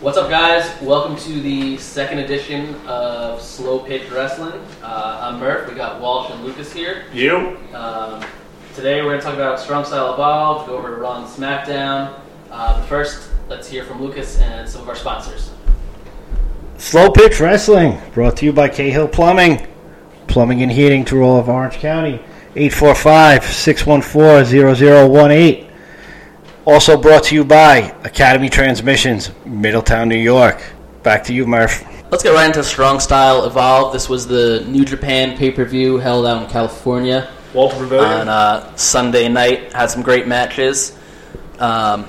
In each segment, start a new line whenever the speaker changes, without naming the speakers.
What's up, guys? Welcome to the second edition of Slow Pitch Wrestling. Uh, I'm Murph. We got Walsh and Lucas here.
You?
Um, today we're going to talk about Strong Style Evolved, go over Raw and SmackDown. Uh, but first, let's hear from Lucas and some of our sponsors.
Slow Pitch Wrestling, brought to you by Cahill Plumbing. Plumbing and heating to all of Orange County. 845-614-0018. Also brought to you by Academy Transmissions, Middletown, New York. Back to you, Murph.
Let's get right into Strong Style Evolved. This was the New Japan pay per view held out in California.
Walter Pavilion?
on uh, Sunday night. Had some great matches. Um,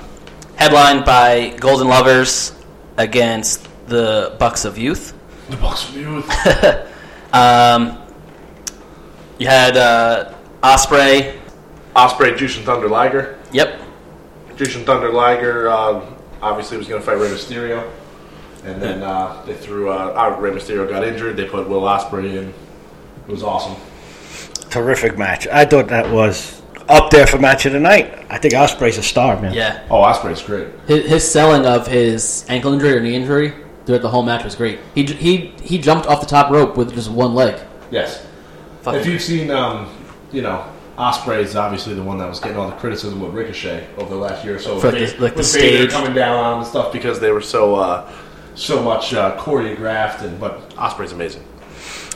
headlined by Golden Lovers against the Bucks of Youth.
the Bucks of Youth.
Um, you had uh, Osprey.
Osprey, Jushin Thunder Liger.
Yep.
Jushin Thunder Liger um, obviously was going to fight Rey Mysterio. And then uh, they threw, uh, uh, Rey Mysterio got injured. They put Will Osprey in. It was awesome.
Terrific match. I thought that was up there for match of the night. I think Osprey's a star, man.
Yeah.
Oh, Osprey's great.
His, his selling of his ankle injury or knee injury throughout the whole match was great. He j- he he jumped off the top rope with just one leg.
Yes. If
Fucking
you've seen, um, you know, Osprey is obviously the one that was getting all the criticism with Ricochet over the last year or so.
For
With
the- like the
with
stage.
Vader coming down on him and stuff because they were so uh, so much uh, choreographed. And but Osprey's amazing.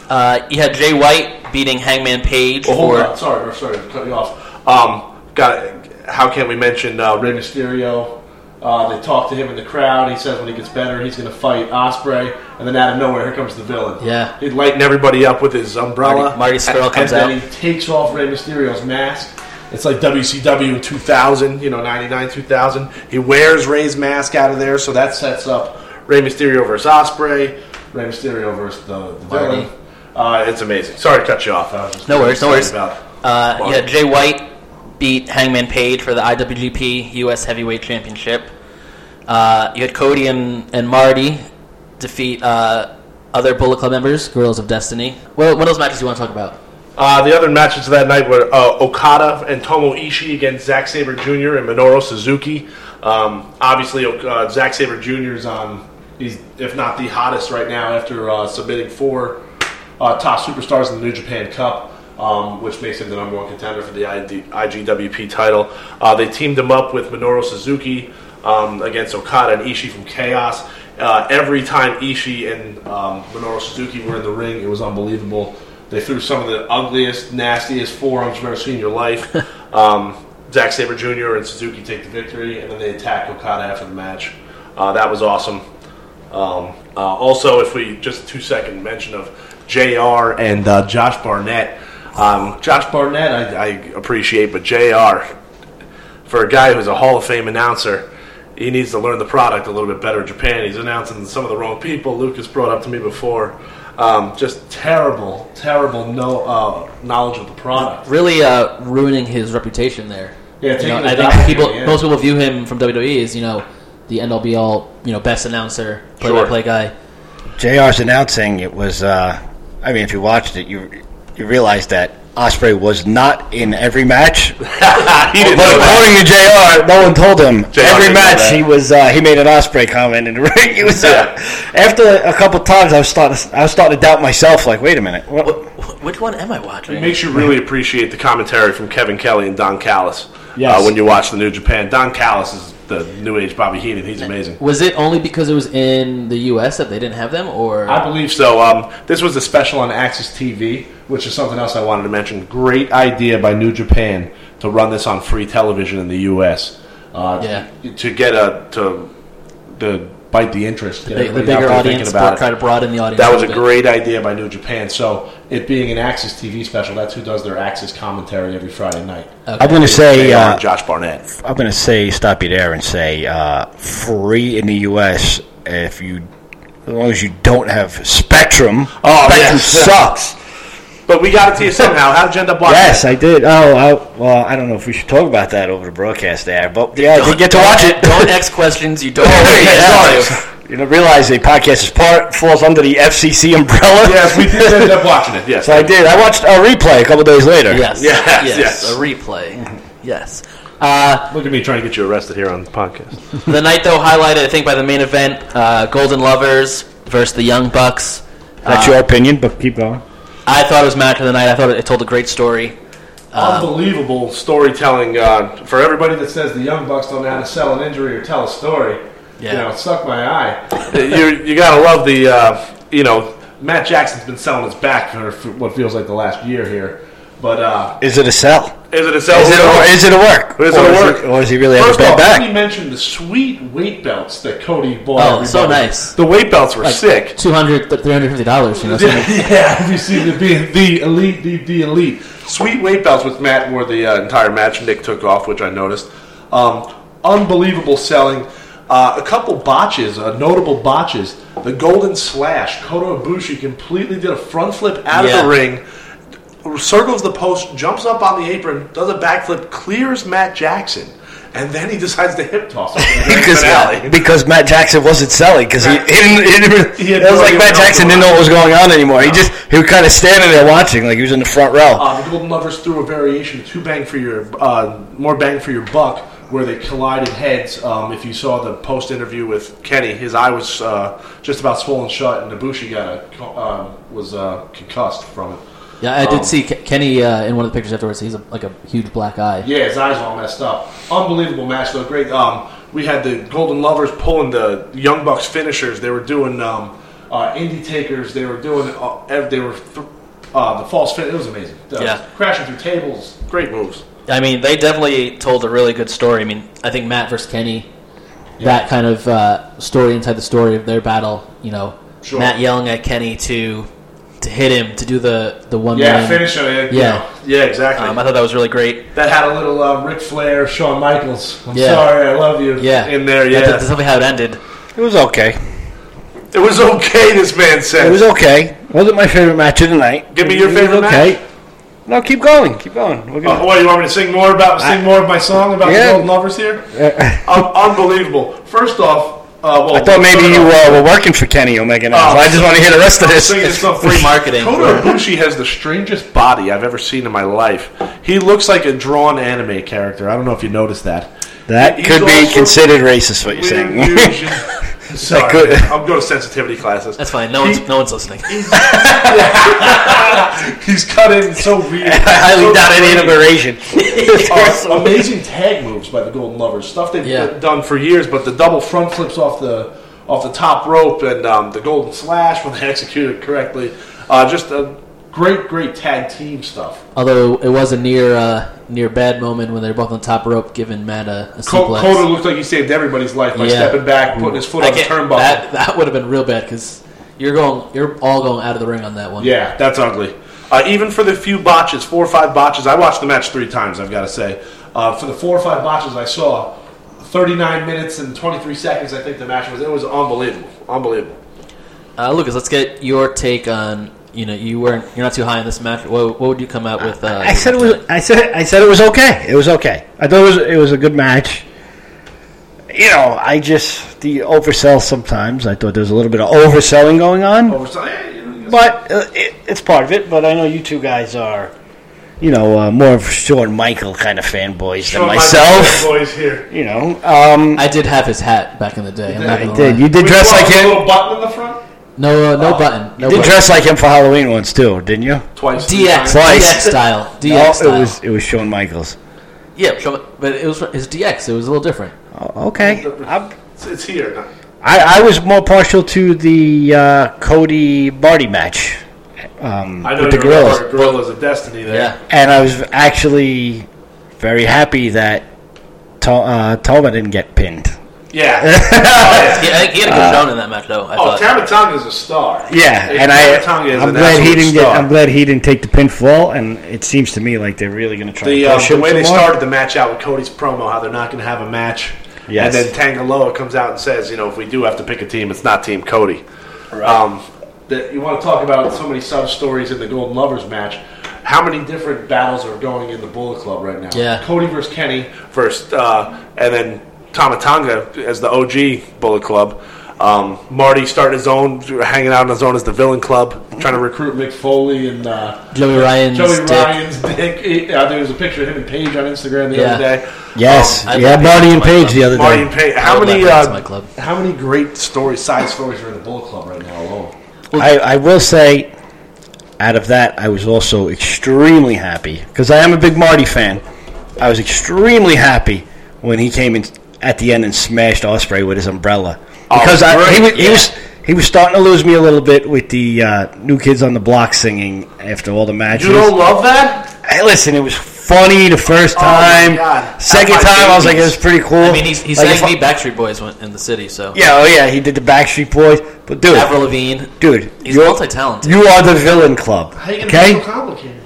uh, you had Jay White beating Hangman Page
Well, hold
for
on. Sorry, or sorry, to cut you off. Um, got. How can we mention uh, Rey Mysterio? Uh, they talk to him in the crowd. He says when he gets better, he's going to fight Osprey, and then out of nowhere, here comes the villain.
Yeah.
he'd lighten everybody up with his umbrella.
Marty- Marty Skrull comes
and
out.
then he takes off Rey Mysterio's mask. It's like WCW in 2000, you know, 99, 2000. He wears Rey's mask out of there, so that sets up Rey Mysterio versus Osprey, Rey Mysterio versus the, the villain. Uh, it's amazing. Sorry to cut you off. I was just
No worries, no
excited
worries.
About
Uh,
Wow.
yeah, Jay White beat Hangman Page for the IWGP U.S. Heavyweight Championship. Uh, you had Cody and, and Marty defeat uh, other Bullet Club members, Guerrillas of Destiny. Well, what are those matches you want to talk about?
Uh, the other matches that night were uh, Okada and Tomo Ishii against Zack Saber Jr. and Minoru Suzuki. Um, obviously, uh, Zack Saber Jr. is on, he's if not the hottest right now after uh, submitting four uh, top superstars in the New Japan Cup, um, which makes him the number one contender for the ID, IGWP title. Uh, they teamed him up with Minoru Suzuki um, against Okada and Ishii from Chaos. Uh, every time Ishii and um, Minoru Suzuki were in the ring, it was unbelievable. They threw some of the ugliest, nastiest forearms you've ever seen in your life. um, Zack Sabre Jr. and Suzuki take the victory, and then they attack Okada after the match. Uh, that was awesome. Um, uh, also, if we just two second mention of Jr. and uh, Josh Barnett. Um, Josh Barnett, I, I appreciate, but Jr. for a guy who's a Hall of Fame announcer, he needs to learn the product a little bit better. Japan, he's announcing some of the wrong people. Lucas brought up to me before. Um, just terrible, terrible no uh, knowledge of the product.
Really uh, ruining his reputation there.
Yeah,
You know,
taking
I
the
think
dive,
people,
yeah.
most people view him from WWE as you know the end all be all, you know, best announcer, play by play guy.
JR's announcing it was. Uh, I mean, if you watched it, you you realized that Osprey was not in every match.
He didn't
But
know that.
according to Jr., no one told him.
JR
every
didn't know
match
that.
he was uh, he made an Osprey comment in the ring. He was uh, after a couple times I was starting I was starting to doubt myself. Like, wait a minute, what,
Wh- Which one am I watching?
It makes you really appreciate the commentary from Kevin Kelly and Don Callis
Yes.
uh, when you watch the New Japan. Don Callis is the new age Bobby Heenan. He's amazing.
Was it only because it was in the U.S. that they didn't have them, or
I believe so. Um, this was a special on Axis TV, which is something else I wanted to mention. Great idea by New Japan to run this on free television in the U.S. Uh,
Yeah.
To get a to the bite the interest,
the,
get
the
everybody out
bigger
there
audience,
thinking about
but
it.
try to broaden the audience.
That was a
little bit.
great idea by New Japan. So it being an Axis TV special, that's who does their Axis commentary every Friday night.
I'm going to say
They are
uh,
Josh Barnett.
I'm going to say stop you there and say uh, free in the U.S. if you as long as you don't have Spectrum.
Oh,
Spectrum
yes.
sucks.
But we got it to you somehow. How did you end up watching?
Yes, I did. Oh, I, well, I don't know if we should talk about that over the broadcast there, but yeah, I did get to watch it.
Don't ask questions you don't.
Yeah, sorry. You know, realize the podcast is part falls under the FCC umbrella.
Yes, we did end up watching it. Yes.
so I did. I watched a replay a couple days later.
Yes.
Yes,
yes,
yes.
A replay. Yes. Uh,
Look at me trying to get you arrested here on the podcast.
the night, though, highlighted, I think, by the main event uh, Golden Lovers versus the Young Bucks.
That's
Uh,
your opinion, but keep going.
I thought it was match of the night. I thought it, it told a great story.
Unbelievable storytelling uh, for everybody that says the Young Bucks don't know how to sell an injury or tell a story.
Yeah.
You know, it stuck my eye. you, you gotta love the, uh, you know, Matt Jackson's been selling his back for for what feels like the last year here. But uh,
Is it a sell?
is it a sell?
Is it a, is it a work?
Is it
or
a
he-
work?
or does he really have a
First
bad
off,
back?
Cody mentioned the sweet weight belts that Cody bought.
Oh, so
everybody.
nice.
The weight belts were sick.
$200, $350, you know, something
Yeah, yeah, have you seen it being the elite, the, the elite? Sweet weight belts with Matt wore the uh, entire match. Nick took off, which I noticed. Um, unbelievable selling. Uh, a couple botches, uh, notable botches. The golden slash. Kota Ibushi completely did a front flip out of
Yeah.
the ring, circles the post, jumps up on the apron, does a backflip, clears Matt Jackson, and then he decides to hip toss him. for the grand finale.
Because, because Matt Jackson wasn't selling because he, he didn't. He didn't
He had
it was
no
like
idea
Matt
what was
Jackson
going
didn't know
on.
what was going on anymore. He just he was kind of standing there watching, like he was in the front row.
Uh, the Golden Lovers threw a variation of two bang for your uh, more bang for your buck, where they collided heads. Um, if you saw the post interview with Kenny, his eye was uh, just about swollen shut, and Ibushi got a co- um, was uh, concussed from it.
Yeah, I did
Um,
see Ke- Kenny uh, in one of the pictures afterwards. He's a, like a huge black eye.
Yeah, his eyes all messed up. Unbelievable match though. Great. Um, we had the Golden Lovers pulling the Young Bucks finishers. They were doing um, uh, Indie Takers. They were doing. Uh, ev- they were th- uh, the false fin. It was amazing. The-
Yeah.
crashing through tables. Great moves.
I mean, they definitely told a really good story. I mean, I think Matt versus Kenny, that kind of uh, story inside the story of their battle. You know,
Sure.
Matt yelling at Kenny to to hit him to do the the one.
Yeah,
man.
finish it.
Yeah.
Yeah, yeah, exactly.
Um, I thought that was really great.
that had a little uh, Ric Flair, Shawn Michaels. I'm
Yeah.
sorry, I love you.
Yeah,
in there,
That-
yeah.
that's definitely how it ended.
It was okay.
It was okay. This man
It
said.
was okay. Wasn't my favorite match of the night.
Give me your
It was
favorite
Okay. No, keep going. Keep going. We're
Oh,
gonna,
what, you want me to sing more about sing more of my song about
Yeah.
the Golden Lovers here? Um, unbelievable. First off, uh, well,
I thought maybe you
were.
uh, were working for Kenny Omega now, so
Oh.
I just want to hear the rest of this.
Singing stuff
free marketing.
Kota Ibushi has the strangest body I've ever seen in my life. He looks like a drawn anime character. I don't know if you noticed that.
That
He's
could be
also-
considered racist. What you're saying?
Illusion. Sorry,
could-
man. I'll go to sensitivity classes.
That's fine. No one's no one's listening.
He's cut in so weird.
I highly
so
doubt any of them
strange.
are Asian.
Uh, amazing tag moves by the Golden Lovers. Stuff they've
Yeah.
done for years, but the double front flips off the off the top rope and um, the Golden Slash when they executed correctly. Uh, just a great, great tag team stuff.
Although it was a near uh, near bad moment when they were both on the top rope, giving Matt a, a
Col-
suplex.
Coda looked like he saved everybody's life by
Yeah.
stepping back, putting his foot
I
on the
can't-
turnbuckle.
That that would have been real bad because you're going, you're all going out of the ring on that one.
Yeah, that's ugly. Uh, even for the few botches, four or five botches, I watched the match three times. I've got to say, uh, for the four or five botches I saw, thirty-nine minutes and twenty-three seconds. I think the match was. It was unbelievable, unbelievable.
Uh, Lucas, let's get your take on you know you weren't you're not too high on this match. What, what would you come out with? Uh,
I said it was. I said. I said it was okay. It was okay. I thought it was. It was a good match. You know, I just the oversell sometimes. I thought there was a little bit of overselling going on,
Over- eh, you know,
but uh, it, it's part of it. But I know you two guys are, you know, uh, more of Shawn Michael kind of fanboys than
Shawn Michaels
myself.
Boys here.
You know, um,
I did have his hat back in the day. I'm not
I
gonna
did.
lie.
You Oh. did dress like
a
him.
little button in the front
No, uh, no button. No
You did
button.
dress like him for Halloween once too, didn't you?
twice.
DX,
three times.
Twice.
DX style, DX
No,
style.
it was it was Shawn Michaels.
yeah, show- but it was his DX. It was a little different.
Oh, okay, I'm-
It's, it's here. now.
I, I was more partial to the uh, Cody Barty match um,
I know
with the
you're a
Gorillas,
part of Gorillas of Destiny there.
Yeah,
and I was actually very happy that to- uh, Toma didn't get pinned.
Yeah. oh, yeah.
yeah. I think he had a
Uh,
good showing in that match, though. I
oh
thought.
Tamatonga is a star.
Yeah,
Hey,
and I
Tamatonga is
I'm
an
glad he
absolute
didn't get.
star.
I'm glad he didn't take the pinfall, and it seems to me like they're really going to try
The,
to
um,
push
the
him
way
some
they
more.
started the match out with Cody's promo, how they're not going to have a match.
Yes.
And then Tangaloa comes out and says, you know, if we do have to pick a team, it's not Team Cody. Um, that you want to talk about so many sub stories in the Golden Lovers match. How many different battles are going in the Bullet Club right now?
Yeah.
Cody versus Kenny versus, uh, and then Tamatanga as the OG Bullet Club. Um, Marty started his own, hanging out on his own as the villain club, trying to recruit Mick Foley and uh,
Joey Ryan's
Joey
dick.
Ryan's dick. He- uh, there was a picture of him and Paige on Instagram the
Yeah.
other day. Oh, Um,
Yes,
I
yeah,
think
Marty
that's
and
my
Paige
thought.
the other
Marty
day.
and Paige.
I
How
would
many?
love that to my
Uh,
club.
how many great stories, side stories are in the Bullet Club right now alone?
I, I will say, out of that, I was also extremely happy because I am a big Marty fan. I was extremely happy when he came in at the end and smashed Osprey with his umbrella because I, he, was,
Oh, great,
he was he was starting to lose me a little bit with the uh, new kids on the block singing after all the matches.
You don't love that?
Hey, listen, it was funny the first
Oh my
time.
God.
Second
That's my
time, I was
babies.
like, it was pretty cool.
I mean, he's, he
Like,
sang
if I-
me Backstreet Boys when, in the city, so
Yeah, oh yeah, he did the Backstreet Boys, but dude,
Avril Lavigne.
dude,
He's
you're-
multi-talented.
You are the villain club,
How you gonna
okay?
be so complicated?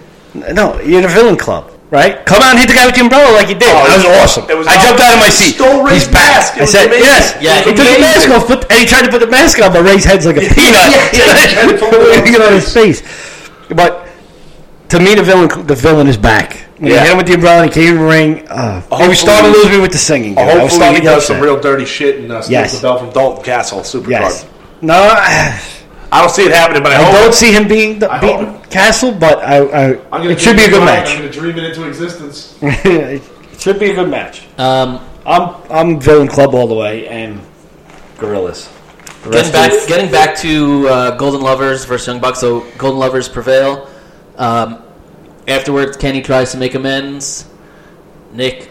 No, you're the villain club, right? Come on, hit the guy with the umbrella like you did.
Oh,
that was
it was-
awesome.
it was
I jumped out of my
awesome.
seat.
Stole Ray's
he's back.
mask. It
I
was
said
amazing.
yes.
Yeah,
he took the
amazing.
mask off, put, and he tried to put the mask on, but Ray's head's like a peanut.
yeah, yeah.
You know, his face. But to me, the villain, the villain is back. When
Yeah.
you hit him with the umbrella, and he came in the ring. Uh, he was starting to lose me with the singing. dude. I was
Hopefully,
starting
he
to get
does some
upset.
real dirty shit and uh, steals
Yes.
the belt from Dalton Castle, Supercard.
Yes. No, I,
I don't see it happening, but I,
I
hope.
don't see him being the,
I hope
beating Castle, but I, I
gonna
it should be
dream
a good
it. I'm
match.
going to dream it into existence.
it should be a good match.
Um,
I'm I'm villain club all the way and gorillas. The
Getting
rest
back,
is-
getting back to uh, Golden Lovers versus Young Bucks. So Golden Lovers prevail. Um, afterwards, Kenny tries to make amends. Nick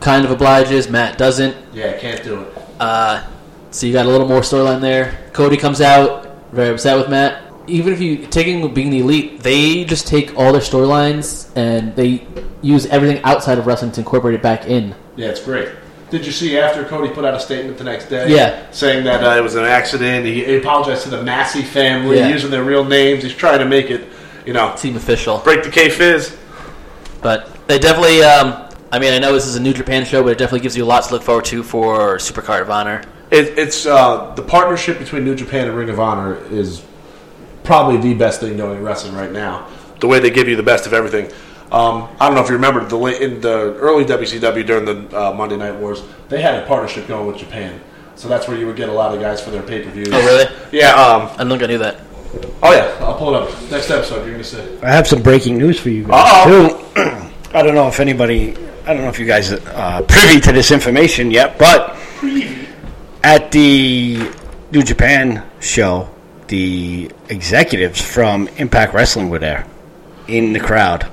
kind of obliges. Matt doesn't.
Yeah, can't do it.
Uh, so you got a little more storyline there. Cody comes out very upset with Matt. Even if you taking being the elite, they just take all their storylines and they use everything outside of wrestling to incorporate it back in.
Yeah, it's great. Did you see after Cody put out a statement the next day?
Yeah.
Saying that uh, it was an accident. He, he apologized to the Massey family,
Yeah.
using their real names. He's trying to make it, you know,
Seem official.
break the K Fizz.
But they definitely. Um, I mean, I know this is a New Japan show, but it definitely gives you a lot to look forward to for Supercard of Honor.
It, it's uh, the partnership between New Japan and Ring of Honor is probably the best thing going in wrestling right now. The way they give you the best of everything. Um, I don't know if you remember the late, in the early WCW during the uh, Monday Night Wars, they had a partnership going with Japan, so that's where you would get a lot of guys for their pay per views.
Oh, really?
Yeah. Um,
I don't think I knew that.
oh yeah. I'll pull it up next episode. You're gonna see.
I have some breaking news for you guys too. I don't know if anybody, I don't know if you guys are privy to this information yet, but at the New Japan show, the executives from Impact Wrestling were there in the crowd.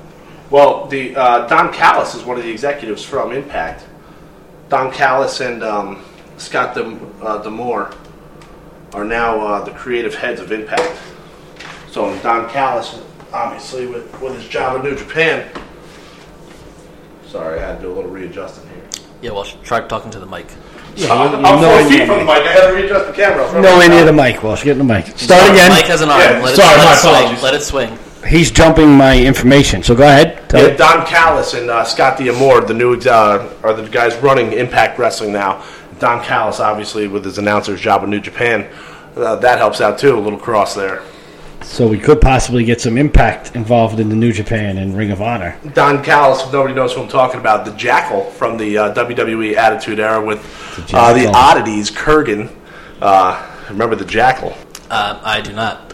Well, the uh, Don Callis is one of the executives from Impact. Don Callis and um, Scott Dem- uh, Demore are now uh, the creative heads of Impact. So Don Callis, obviously, with, with his job at New Japan. Sorry, I had to do a little readjusting here.
Yeah, well, try talking to the mic.
I'm,
you- you
I'm
know
four
any
feet
of
from the
it.
mic. I had to readjust the camera.
No, any of the mic, Walsh. Get in the mic. Start
The Mic
again.
has an arm.
Yeah,
let it,
sorry,
let
my
it swing.
apologies.
Let it swing.
He's jumping my information, so go ahead. Tell
Yeah,
it.
Don Callis and uh, Scott D'Amore, the new uh, are the guys running Impact Wrestling now. Don Callis, obviously, with his announcer's job in New Japan, uh, that helps out too. A little cross there.
So we could possibly get some impact involved in the New Japan and Ring of Honor.
Don Callis, if nobody knows who I'm talking about, the Jackal from the uh, WWE Attitude Era with the, uh, the
Jackal.
Oddities, Kurgan. Uh, remember the Jackal?
Um, I do not.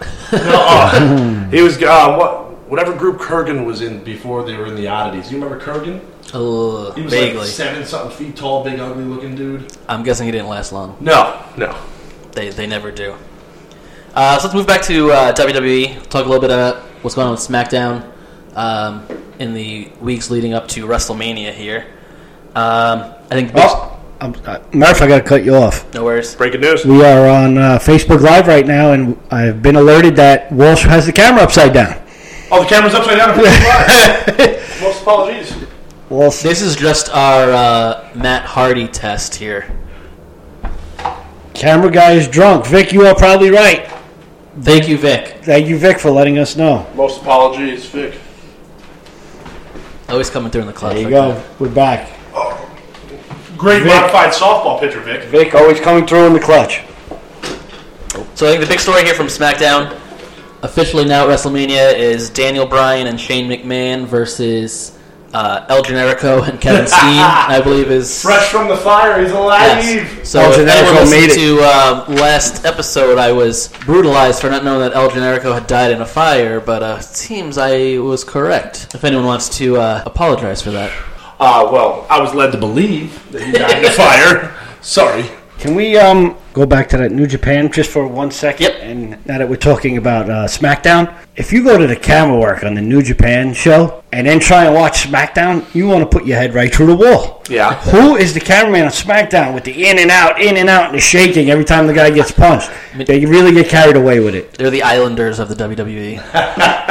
He was uh, what, whatever group Kurgan was in before they were in the Oddities. You remember Kurgan?
Ugh,
He was
vaguely.
like seven something feet tall, big, ugly looking dude.
I'm guessing he didn't last long.
No, no.
They they never do. Uh, so let's move back to uh, WWE. Talk a little bit about what's going on with SmackDown um, in the weeks leading up to WrestleMania here. Um, I think.
Oh, I'm, uh, matter of fact, I got to cut you off.
No worries.
Breaking news.
We are on uh, Facebook Live right now, and I've been alerted that Walsh has the camera upside down.
Oh, the camera's upside down. Most apologies.
Walsh,
This is just our uh, Matt Hardy test here.
camera guy is drunk. Vic, you are probably right.
Thank you, Vic.
Thank you, Vic, for letting us know.
Most apologies, Vic.
Always coming through in the clutch.
There you
like
go.
that.
We're back.
Great
Vic.
modified softball pitcher, Vic.
Vic always coming through in the clutch.
So I think the big story here from SmackDown, officially now at WrestleMania, is Daniel Bryan and Shane McMahon versus uh, El Generico and Kevin Steen, I believe, is
Fresh from the fire, he's alive.
Yes. So
El
if anyone
Generico
listened
made it.
to uh, last episode, I was brutalized for not knowing that El Generico had died in a fire, but uh, it seems I was correct. If anyone wants to uh, apologize for that,
Uh, well, I was led to believe that he died in a fire. Sorry.
Can we um, go back to that New Japan just for one second?
Yep.
And now that we're talking about uh, SmackDown, if you go to the camera work on the New Japan show and then try and watch SmackDown, you want to put your head right through the wall.
Yeah.
Who is the cameraman on SmackDown with the in and out, in and out, and the shaking every time the guy gets punched? They really get carried away with it.
they're the Islanders of the E. WWE.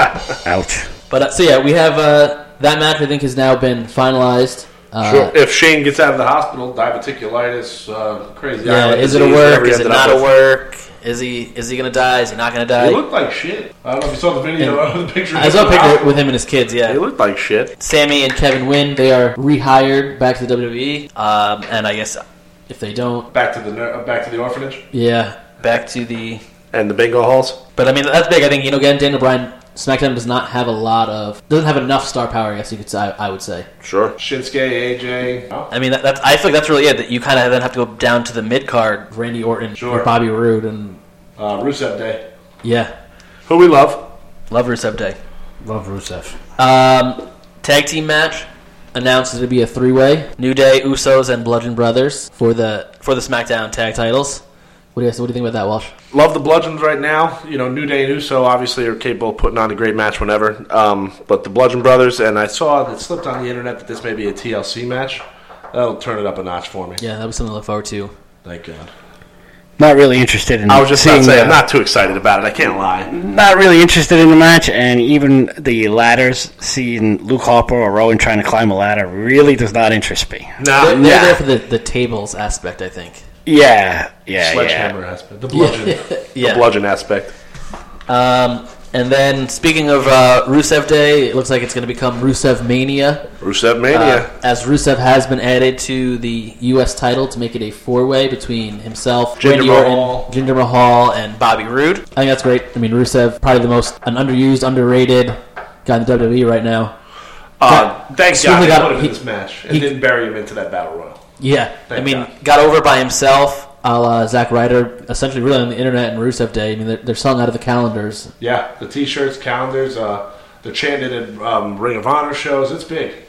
Ouch.
But uh, so yeah, we have uh, that match. I think has now been finalized. Uh,
Sure. If Shane gets out of the hospital, diverticulitis, uh, crazy.
Yeah,
eye
is it a
disease,
work?
whatever he
Is it
ended up
not a
with.
work? Is he is he gonna die? Is he not gonna
He
die?
looked like shit. I don't know if you saw the video or the picture.
I saw a picture with him and his kids.
He
Yeah,
looked like shit.
Sammy and Kevin Wynn they are rehired back to the WWE. Um, and I guess if they don't,
Back to the ner- uh, back to the orphanage
yeah, back to the.
and the bingo halls.
But I mean, that's big. I think you know again, Daniel Bryan. SmackDown does not have a lot of doesn't have enough star power. I guess you could say. I, I would say.
Sure. Shinsuke, AJ. Oh,
I mean, that, that's I feel like that's really it. That you kind of then have to go down to the mid card, Randy Orton
Sure.
or Bobby Roode, and
Uh, Rusev Day.
yeah,
Who we love.
love Rusev Day.
Love Rusev.
Um, tag team match announced to be a three way: New Day, Usos, and Bludgeon Brothers for the for the SmackDown tag titles. What do you guys, What do you think about that, Walsh?
Love the Bludgeons right now. You know, New Day and Uso obviously are capable of putting on a great match whenever. Um, but the Bludgeon Brothers, and I saw that slipped on the internet that this may be a TLC match. That'll turn it up a notch for me.
Yeah, that was something to look forward to.
Thank God.
Not really interested in.
I was just about
seeing
to say, I'm
the-
not too excited about it. I can't
Mm-hmm.
lie.
not really interested in the match, and even the ladders, seeing Luke Harper or Rowan trying to climb a ladder, really does not interest me.
Nah,
They're, they're
yeah.
there for the, the tables aspect, I think.
Yeah, yeah,
Sledgehammer
yeah.
aspect. The Bludgeon. The
yeah.
Bludgeon aspect.
Um, and then speaking of uh, Rusev Day, it looks like it's going to become Rusev Mania.
Rusev
Uh,
Mania.
As Rusev has been added to the U.S. title to make it a four-way between himself,
Jinder
Randy
Mahal.
Orton, Jinder Mahal, and Bobby Roode. I think that's great. I mean, Rusev probably the most an underused, underrated guy in the WWE right now.
Uh, thanks
Excuse
God
me,
they
God,
put him
he-
in this match and
he-
didn't bury him into that battle royal.
Yeah, I
Thank
mean,
God.
got over by himself, a la Zack Ryder, essentially really on the internet and Rusev Day. I mean, they're, they're selling out of the calendars.
Yeah, the T-shirts, calendars, uh, they're chanted at um, Ring of Honor shows. It's big.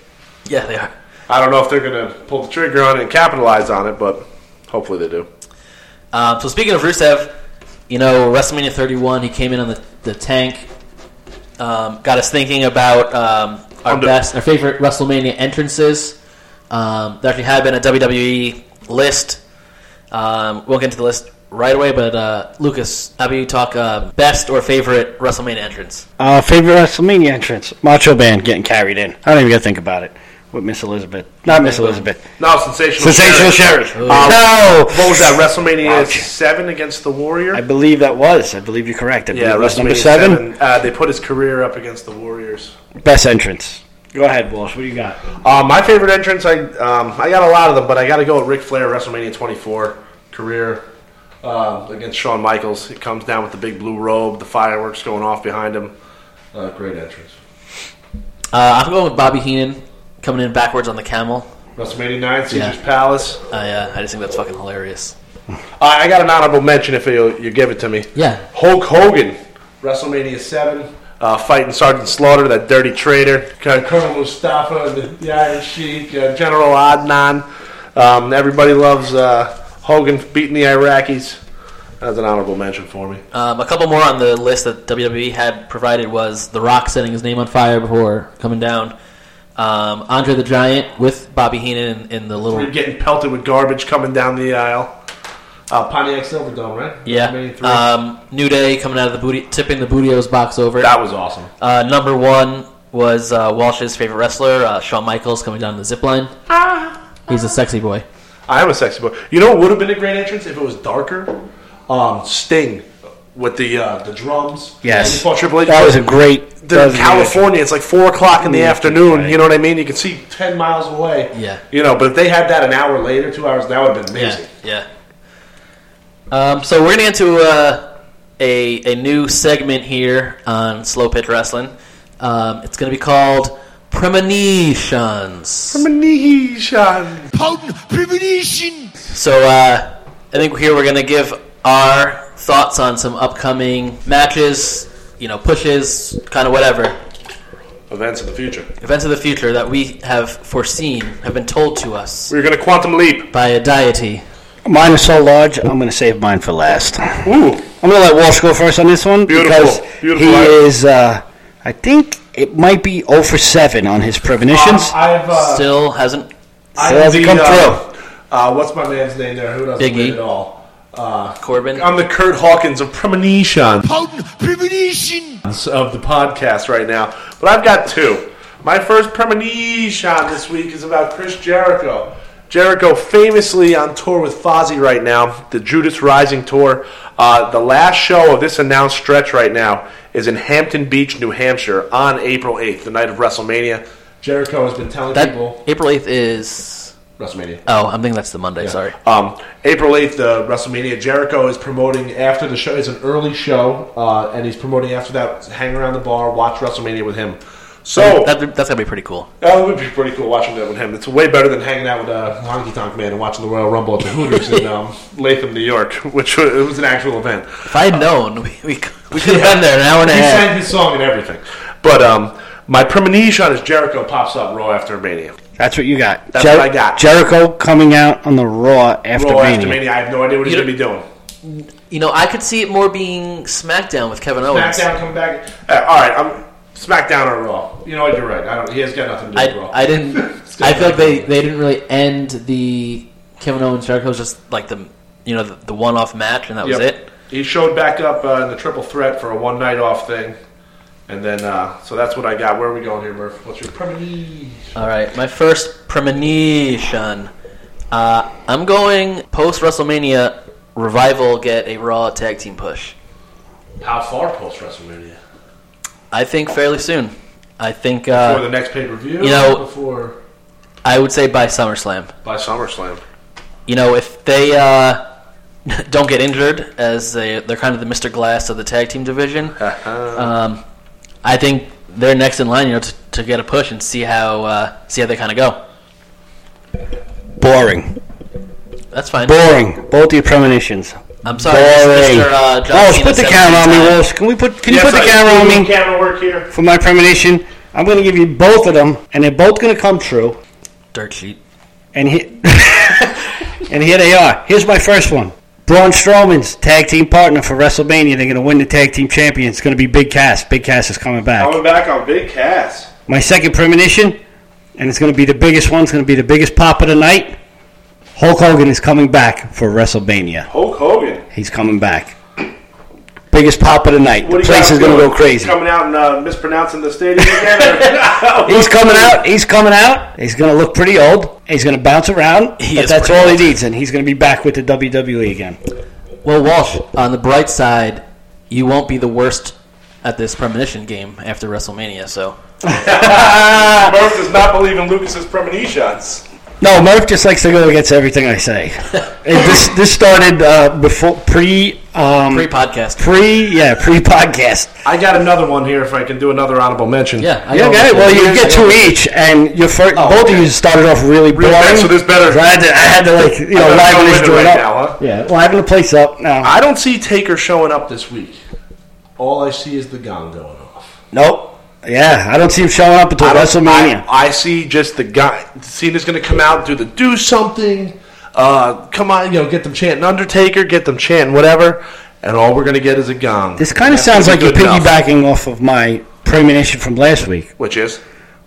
Yeah, they are.
I don't know if they're going to pull the trigger on it and capitalize on it, but hopefully they do.
Um, so speaking of Rusev, you know WrestleMania 31, he came in on the, the tank, um, got us thinking about um, our
On the-
best, our favorite WrestleMania entrances. Um, there actually had been a WWE list. Um, we'll get into the list right away, but uh, Lucas, how about you talk uh, best or favorite WrestleMania entrance?
Uh, favorite WrestleMania entrance: Macho Man getting carried in. I don't even got to think about it with Miss Elizabeth. Not Miss Elizabeth.
No, sensational.
Sensational
Sherry.
Sherry.
Um,
No,
What was that? WrestleMania
Ouch.
seven against the Warrior.
I believe that was. I believe you're correct. I believe
yeah,
it was
WrestleMania
number seven.
seven. Uh, they put his career up against the Warriors.
Best entrance. Go ahead, Walsh. What do you got?
Uh, my favorite entrance, I um, I got a lot of them, but I got to go with Ric Flair WrestleMania 24 career uh, against Shawn Michaels. He comes down with the big blue robe, the fireworks going off behind him. Uh, great entrance.
Uh, I'm going with Bobby Heenan coming in backwards on the camel.
WrestleMania 9, Caesar's
Yeah.
Palace.
I uh, I just think that's fucking hilarious.
Uh, I got an honorable mention if you you give it to me.
Yeah,
Hulk Hogan, WrestleMania 7, uh, fighting Sergeant Slaughter, that dirty traitor, Colonel Mustafa, the, the Iron Sheik, uh, General Adnan. Um, everybody loves uh, Hogan beating the Iraqis. That's an honorable mention for me.
Um, a couple more on the list that WWE had provided was The Rock setting his name on fire before coming down. Um, Andre the Giant with Bobby Heenan in, in the
We're
little.
getting pelted with garbage coming down the aisle. Uh, Pontiac Silverdome, right?
Yeah.
WrestleMania three.
Uh,
Um, New Day coming out of the booty, tipping the Bootios box over.
that was awesome.
Uh, number one was uh, Walsh's favorite wrestler, uh, Shawn Michaels, coming down the zip line. He's a sexy boy.
I am a sexy boy. You know what would have been a great entrance if it was darker? Um, Sting with the uh, the drums.
Yes.
When he fought Triple H.
That was a great. that
Then
was a great
California, it's like four o'clock in the
Mm,
afternoon.
right.
You know what I mean? You can see ten miles away.
Yeah.
You know, but if they had that an hour later, two hours, that would have been amazing.
Yeah, yeah. Um, so we're gonna get into uh, a a new segment here on Slow Pitch Wrestling. Um, it's gonna be called premonitions.
Premonition.
Potent premonition.
So uh, I think here we're going to give our thoughts on some upcoming matches, you know, pushes, kind of whatever
Events of the future.
events of the future that we have foreseen, have been told to us
We're gonna quantum leap.
by a deity.
Mine is so large, I'm going to save mine for last.
Ooh.
I'm going to let Walsh go first on this one
Beautiful.
because
Beautiful.
he is, uh, I think it might be 0 for 7 on his premonitions.
I've uh,
Still hasn't.
I
It
have
hasn't
the,
come
uh, uh, what's my man's name there? Who doesn't
Big E.
win at all? Uh,
Corbin.
I'm the Kurt Hawkins of premonition
Potent premonition.
of the podcast right now, but I've got two. My first premonition this week is about Chris Jericho. Jericho famously on tour with Fozzy right now, the Judas Rising tour. Uh, the last show of this announced stretch right now is in Hampton Beach, New Hampshire, on April 8th, the night of WrestleMania. Jericho has been telling
That
people
April eighth is.
WrestleMania.
Oh, I'm thinking that's the Monday. Sorry.
Um, April 8th, the WrestleMania Jericho is promoting after the show. It's an early show, uh, and he's promoting after that. Hang around the bar, watch WrestleMania with him. So that,
That, that's gonna be pretty cool.
would be pretty cool watching that with him. It's way better than hanging out with a honky tonk man and watching the Royal Rumble at the Hooters in um, Latham, New York, which was, it was an actual event.
If I had known, we, we, we could have been there an hour and a
He
half.
sang his song and everything. But um, my premonition is Jericho pops up Raw after Mania.
That's what you got.
That's what I got.
Jericho coming out on the Raw after
Raw
Mania.
after Mania, I have no idea what he's
You
going to be doing.
You know, I could see it more being SmackDown with Kevin Owens.
SmackDown coming back. Oh, Uh, all right, I'm SmackDown or Raw. You know what? You're right. I don't. He has got nothing to do with Raw.
I, I didn't. I feel like they, they didn't really end the Kevin Owens Jericho. It was just like the you know the, the one off match, and that was
Yep.
it.
He showed back up uh, in the triple threat for a one night off thing, and then uh, so that's what I got. Where are we going here, Murph? What's your premonition?
All right, my first premonition. Uh, I'm going post WrestleMania revival get a Raw tag team push.
How far post WrestleMania?
I think fairly soon. I think
Before
uh,
the next pay per view?
you know-
before
I would say by SummerSlam.
by SummerSlam.
uh,
you know, if they uh, don't get injured, as they they're kind of the Mr. Glass of the tag team division,
Uh-huh.
um, I think they're next in line, you know, to, to get a push and see how uh, see how they kind of go.
Boring.
That's fine.
Boring. Both your premonitions.
I'm sorry, Mr. Uh, John
Walsh,
Cena
put the
said
camera on me,
sometime.
Walsh. Can we put? Can you put the camera on me
Camera work here.
for my premonition? I'm going to give you both of them, and they're both going to come true.
Dirt sheet.
And he, and here they are. Here's my first one. Braun Strowman's tag team partner for WrestleMania. They're going to win the tag team champion. It's going to be Big Cass. Big Cass is coming back.
Coming back on Big Cass.
My second premonition, and it's going to be the biggest one. It's going to be the biggest pop of the night. Hulk Hogan is coming back for WrestleMania.
Hulk Hogan.
He's coming back. Biggest pop of the night.
What do
the
you
place
guys
is going to
doing?
go crazy.
Coming out and uh, mispronouncing the stadium again.
He's coming out. He's coming out. He's going to look pretty old. He's going to bounce around.
He
but
is
that's
pretty
all
old.
he needs, and he's going to be back with the WWE again.
Well, Walsh, on the bright side, you won't be the worst at this premonition game after WrestleMania. So
Murph does not believe in Lucas's premonitions.
No, Murph just likes to go against everything I say. And this this started uh, before pre um,
pre podcast.
pre yeah pre podcast.
I got another one here if I can do another honorable mention.
Yeah, I
Yeah,
know.
okay. Well, you get two each, and your first, both of you started off really boring.
Oh, bad, so this better-
So I had to, I had to like you know
better go
liven
with
this
it
joint
right
up.
now, huh?
Yeah, liven the place up now.
I don't see Taker showing up this week. All I see is the gong going off.
nope. Yeah, I don't see him showing up until
I don't-
WrestleMania.
I, I see just the guy. Cena's going to come out, do the do something. Uh, come on, you know, get them chanting Undertaker, get them chanting whatever, and all we're going to get is a gong.
this kind of
That's
sounds
gonna
like
be
you're
good enough.
piggybacking off of my premonition from last week,
which is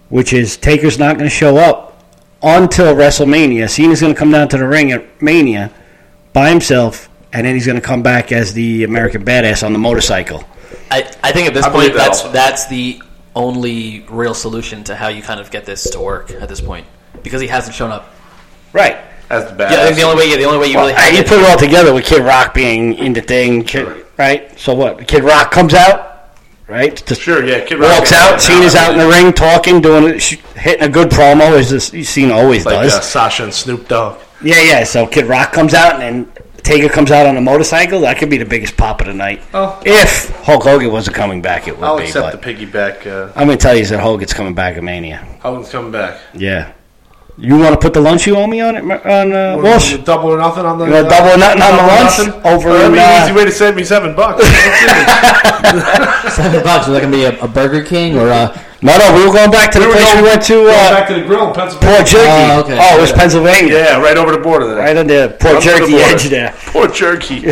which is Taker's not going to show up until WrestleMania. Cena's going to come down to the ring at Mania by himself, and then he's going to come back as the American Badass on the motorcycle.
I, I think at this
I believe
point
that
that's
also.
that's the only real solution to how you kind of get this to work at this point because he hasn't shown up.
Right.
as the bad.
Yeah, I think the only way yeah, the only way you really
Hey,
have
you
it,
put it all together with Kid Rock being in the thing, Kid, right? So what? Kid Rock comes out, right? Just
sure, yeah, Kid Rock
walks
is
out.
right
Cena's
now.
out in the ring talking, doing it, sh- hitting a good promo as this Cena always
like uh,
does.
Sasha and Snoop Dogg.
Yeah, yeah. So Kid Rock comes out, and then Taker comes out on a motorcycle, that could be the biggest pop of the night.
Oh.
If Hulk Hogan wasn't coming back, it would
I'll
be.
accept
but
the piggyback. Uh,
I'm going to tell you is that Hogan's coming back at Mania.
Hogan's coming back.
Yeah. You want to put the lunch you owe me on it, Mer- on uh,
We're gonna
Walsh?
do Double or nothing on the uh,
You want double or nothing on the
double or
lunch
nothing?
over
Well, that'd be
in,
an
uh,
easy way to save me seven bucks.
Seven bucks. Is that gonna be a, a Burger King or a?
No, no, we were going back to the
were
place
going-
we went to.
Go
Uh,
back to the grill in Pennsylvania.
Poor Jerky.
Oh, okay.
Oh, it was Pennsylvania.
Yeah, right over the border there.
Right on the Poor
Up to the
Jerky
border.
edge there.
Poor jerky.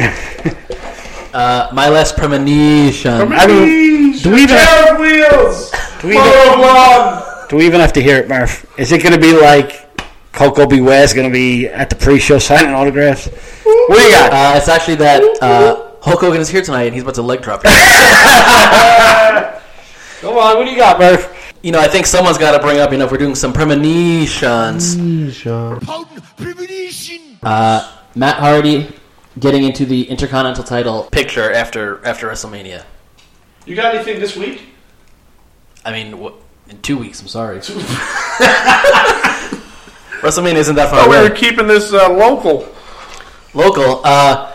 Uh, my last premonition.
I mean, do we even-
Jared wheels. Do
we- Do we even have to hear it, Murph? Is it going to be like Coco Beware is going to be at the pre-show signing autographs? What do you got?
Uh, it's actually that uh, Hulk Hogan is here tonight, and he's about to leg drop. you.
Come on, what do you got, Murph?
You know, I think someone's got to bring up. You know, if we're doing some premonitions,
Potent premonition.
uh, Matt Hardy getting into the Intercontinental title picture after after WrestleMania.
You got anything this week?
I mean, wh- in two weeks. I'm sorry. WrestleMania isn't that far
Oh, we were
away.
keeping this uh, local.
Local. Uh,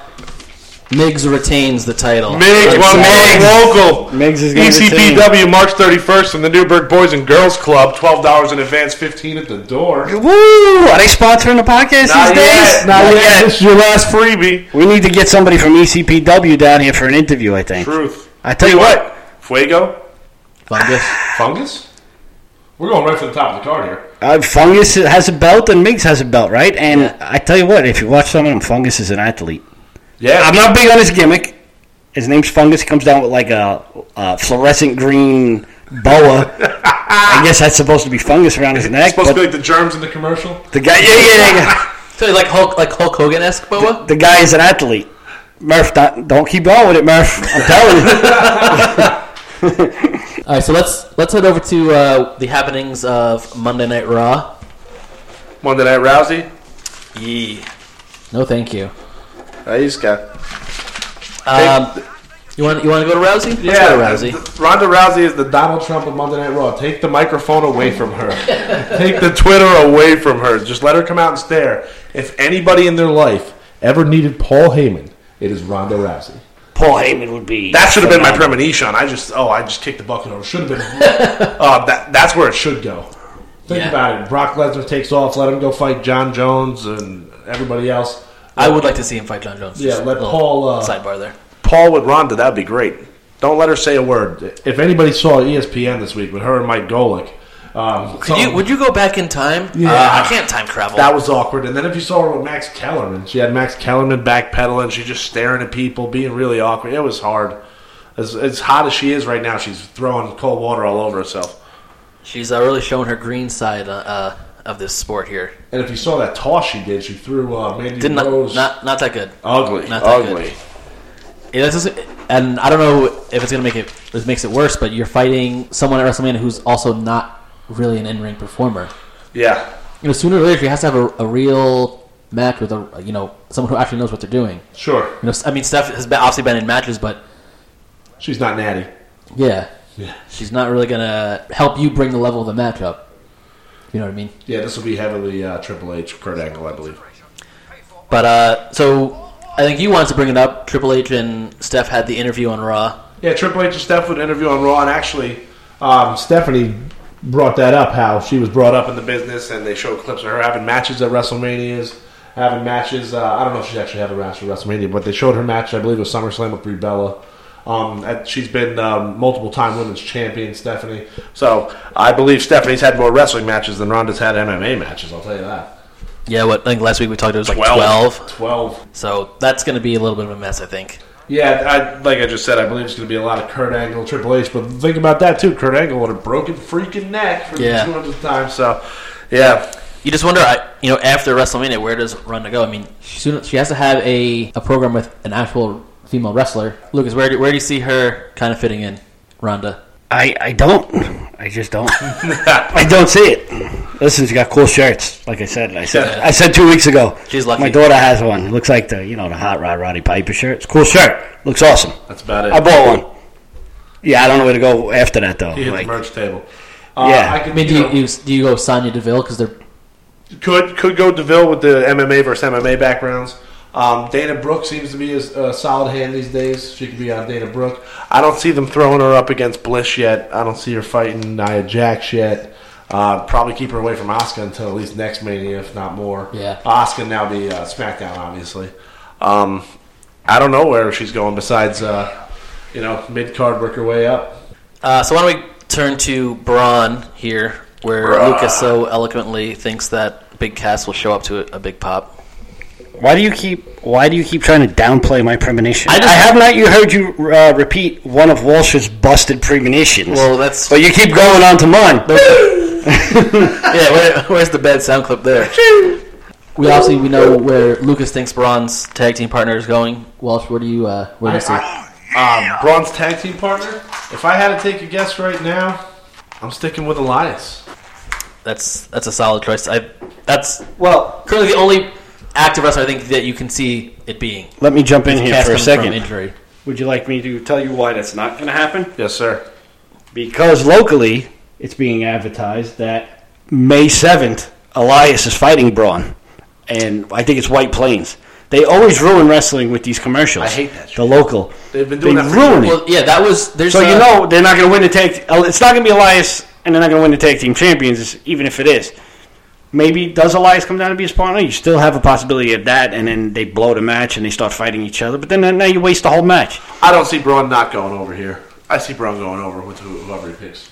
Migs retains the title.
Big,
I'm
well,
sorry.
local. E
Migs is gonna
ECPW March 31st from the Newburgh Boys and Girls Club. Twelve dollars in advance, fifteen at the door.
Woo! Are they sponsoring the podcast
Not yet.
these days?
Not yet. This is your last freebie.
We need to get somebody from E ECPW down here for an interview. I think.
Truth.
I tell you what.
Fuego.
Fungus.
Fungus. We're going right to the top of the card here.
Uh, Fungus has a belt and Migs has a belt, right? And I tell you what, if you watch some of them, Fungus is an athlete.
Yeah,
I'm not big on his gimmick. His name's Fungus. He comes down with like a, a fluorescent green boa. I guess that's supposed to be fungus around his neck.
supposed to be
But
like the germs in the commercial.
the guy, yeah, yeah, yeah.
So like Hulk, like Hulk Hogan esque boa.
The guy is an athlete. Murph, don't, don't keep going with it, Murph. I'm telling you.
All right, so let's let's head over to uh, the happenings of Monday Night Raw.
Monday Night Rousey. Yeah,
No, thank you. Uh,
he's got.
Um, you want you want to go to Rousey? Let's
Yeah,
go to Rousey.
Rousey. Ronda Rousey is the Donald Trump of Monday Night Raw. Take the microphone away from her. Take the Twitter away from her. Just let her come out and stare. If anybody in their life ever needed Paul Heyman, it is Ronda Rousey.
Paul Heyman would be.
That should have been my premonition. I just oh, I just kicked the bucket over. Should have been. uh, that that's where it should go. Think
Yeah.
about it. Brock Lesnar takes off. Let him go fight John Jones and everybody else.
I would like to see him fight John Jones.
Yeah,
Just
let
a little
Paul, uh,
sidebar there.
Paul with Ronda, that'd be great. Don't let her say a word. If anybody saw E ESPN this week with her and Mike Golick, um,
Could you, would you go back in time?
Yeah.
Uh, I can't time travel.
that was awkward. And then if you saw her with Max Kellerman, she had Max Kellerman backpedaling, she just staring at people, being really awkward. It was hard. As, as hot as she is right now, she's throwing cold water all over herself.
She's uh, really showing her green side uh, uh, of this sport here.
And if you saw that toss she did, she threw uh, Mandy
Didn't
Rose.
not not that good.
ugly,
not that
ugly.
good. Yeah, this is, and I don't know if it's gonna make it. This makes it worse, but you're fighting someone at WrestleMania who's also not really an in ring performer.
Yeah,
You know, sooner or later, she has to have a, a real match with a you know someone who actually knows what they're doing.
sure.
You know, I mean, Steph has been, obviously been in matches, but
She's not natty.
yeah,
Yeah.
she's not really gonna help you bring the level of the match up. You know what I mean?
Yeah, this will be heavily uh, Triple H, Kurt Angle, I believe.
But uh, so I think you wanted to bring it up. Triple H and Steph had the interview on Raw.
Yeah, Triple H and Steph would interview on Raw, and actually, um, Stephanie brought that up how she was brought up in the business, and they showed clips of her having matches at WrestleManias, having matches. Uh, I don't know if she's actually having matches at WrestleMania, but they showed her match. I believe it was SummerSlam with Brie Bella. Um, and she's been um, multiple time women's champion, Stephanie. So I believe Stephanie's had more wrestling matches than Ronda's had MMA matches. I'll tell you that.
Yeah, what I think last week we talked it was like
Twelve.
twelve.
Twelve.
So that's going to be a little bit of a mess, I think.
Yeah, I, like I just said, I believe it's going to be a lot of Kurt Angle, Triple H. But think about that too. Kurt Angle with a broken freaking neck for
Yeah.
the 200th time. So, yeah,
You just wonder, I, you know, after WrestleMania, where does Ronda go? I mean, she, soon- she has to have a, a program with an actual female wrestler. Lucas, where do, where do you see her kind of fitting in, Ronda?
I, I don't. I just don't. I don't see it. Listen, she's got cool shirts. Like I said, I said I said two weeks ago.
She's lucky.
My daughter has one. It looks like the you know the hot rod Roddy Piper shirt. It's a cool shirt. Looks awesome.
that's about it.
I bought one. Yeah, I don't know where to go after that though.
You hit
Like,
the merch table. Uh,
Yeah.
I,
I
could,
mean, do
you
you,
know,
you, do you go Sonya Deville because they're
could could go Deville with the MMA versus MMA backgrounds. Um, Dana Brooke seems to be a, a solid hand these days. She could be on Dana Brooke. I don't see them throwing her up against Bliss yet. I don't see her fighting Nia Jax yet. Uh, probably keep her away from Asuka until at least next Mania, if not more.
Yeah.
Asuka now be uh, SmackDown, obviously. Um, I don't know where she's going besides, uh, you know, mid card work her way up.
Uh, so why don't we turn to Braun here, where Lucas so eloquently thinks that Big Cass will show up to a, a big pop.
Why do you keep Why do you keep trying to downplay my premonition?
I
I,
just-
have not you heard you uh, repeat one of Walsh's busted premonitions.
Well, that's-
but you keep going on to mine.
Yeah, where, where's the bad sound clip there? We obviously we know where Lucas thinks Braun's tag team partner is going. Walsh, where do you uh, where do you see?
Um, Braun's tag team partner. If I had to take a guess right now, I'm sticking with Elias.
That's that's a solid choice. I that's
well,
currently the only active wrestler I think that you can see it being.
let me jump in here
Cass
for a
coming from
second.
injury.
Would you like me to tell you why that's not going to happen?
Yes, sir.
Because locally, it's being advertised that May 7th, Elias is fighting Braun. And I think it's White Plains. They always ruin wrestling with these commercials. I
hate that shit.
The local.
They've been doing
they
that for
ruin it.
Well, yeah, that was there's
So
uh,
you know they're not going to win the tag. Te- it's not going to be Elias, and they're not going to win the tag team champions, even if it is. Maybe does Elias come down to be his partner? You still have a possibility of that, and then they blow the match and they start fighting each other. But then now you waste the whole match.
I don't see Braun not going over here. I see Braun going over with who- whoever he picks.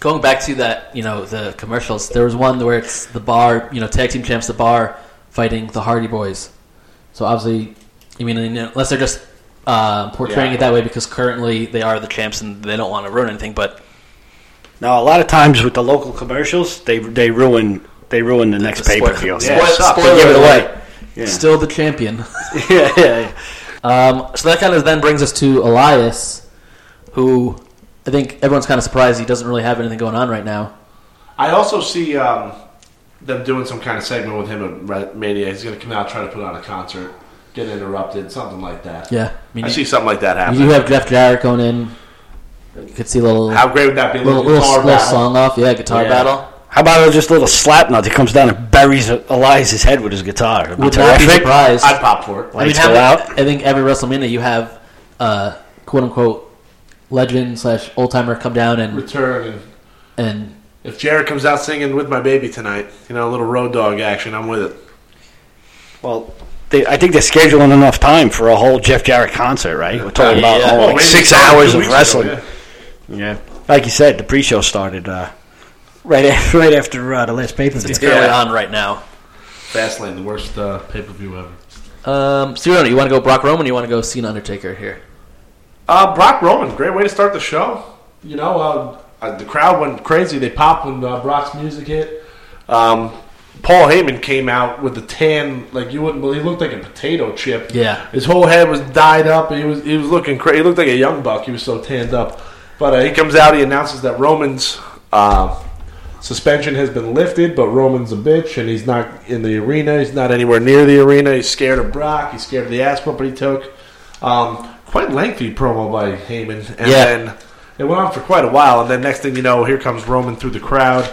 going back to that, you know, the commercials, there was one where it's the bar, you know, tag team champs, the bar fighting the Hardy Boys. So obviously, I mean, you know, unless they're just uh, portraying
Yeah.
it that way because currently they are the champs and they don't want to ruin anything. But
Now a lot of times with the local commercials, they they ruin they ruin the next pay
spoil-
per view.
spoil-
sucks.
spoiler
They give it
alert,
away. Yeah.
Still the champion.
yeah, yeah, yeah.
Um, so that kind of then brings us to Elias, who I think everyone's kind of surprised he doesn't really have anything going on right now.
I also see um, them doing some kind of segment with him at Ra- Mania. He's going to come out try to put on a concert, get interrupted, something like that.
Yeah, I mean,
I
you,
see something like that
you do
happen.
have Jeff Jarrett going in. You could see a little
How great would that be? A
little,
little,
little,
guitar
little
battle.
song off. Yeah, guitar
Yeah.
battle.
How about just a little slap nut that comes down and buries Elias's head with his guitar? It'd be
Would not be
terrific.
surprised.
I'd pop for it.
I mean,
Lights
how
go
many-
out.
I think every WrestleMania you have uh, quote unquote legend slash old timer come down and
Return and
and
if Jared comes out singing with my baby tonight, you know, a little road dog action, I'm with it.
Well, they, I think they're scheduling enough time for a whole Jeff Jarrett concert, right? We're talking about
Yeah.
oh,
Well,
like
maybe
six
it's not
hours
two
of
weeks ago,
wrestling.
yeah.
yeah. like you said, the pre-show started uh, right after, right after uh, the last paper.
it's currently on right now.
Fastlane, the worst uh, pay per view ever.
Um, so you, don't know, you want to go Brock Roman? Or you want to go Cena Undertaker here?
Uh, Brock Roman, great way to start the show. You know, uh, uh, the crowd went crazy. They popped when uh, Brock's music hit. Um, Paul Heyman came out with the tan, like you wouldn't believe. He looked like a potato chip.
Yeah.
his whole head was dyed up. And he was he was looking crazy. He looked like a young buck. He was so tanned up. But uh, he comes out. He announces that Roman's uh, suspension has been lifted, but Roman's a bitch and he's not in the arena. He's not anywhere near the arena. He's scared of Brock. He's scared of the ass whooping he took. Um, quite lengthy promo by Heyman, and
Yeah.
then it went on for quite a while. And then next thing you know, here comes Roman through the crowd.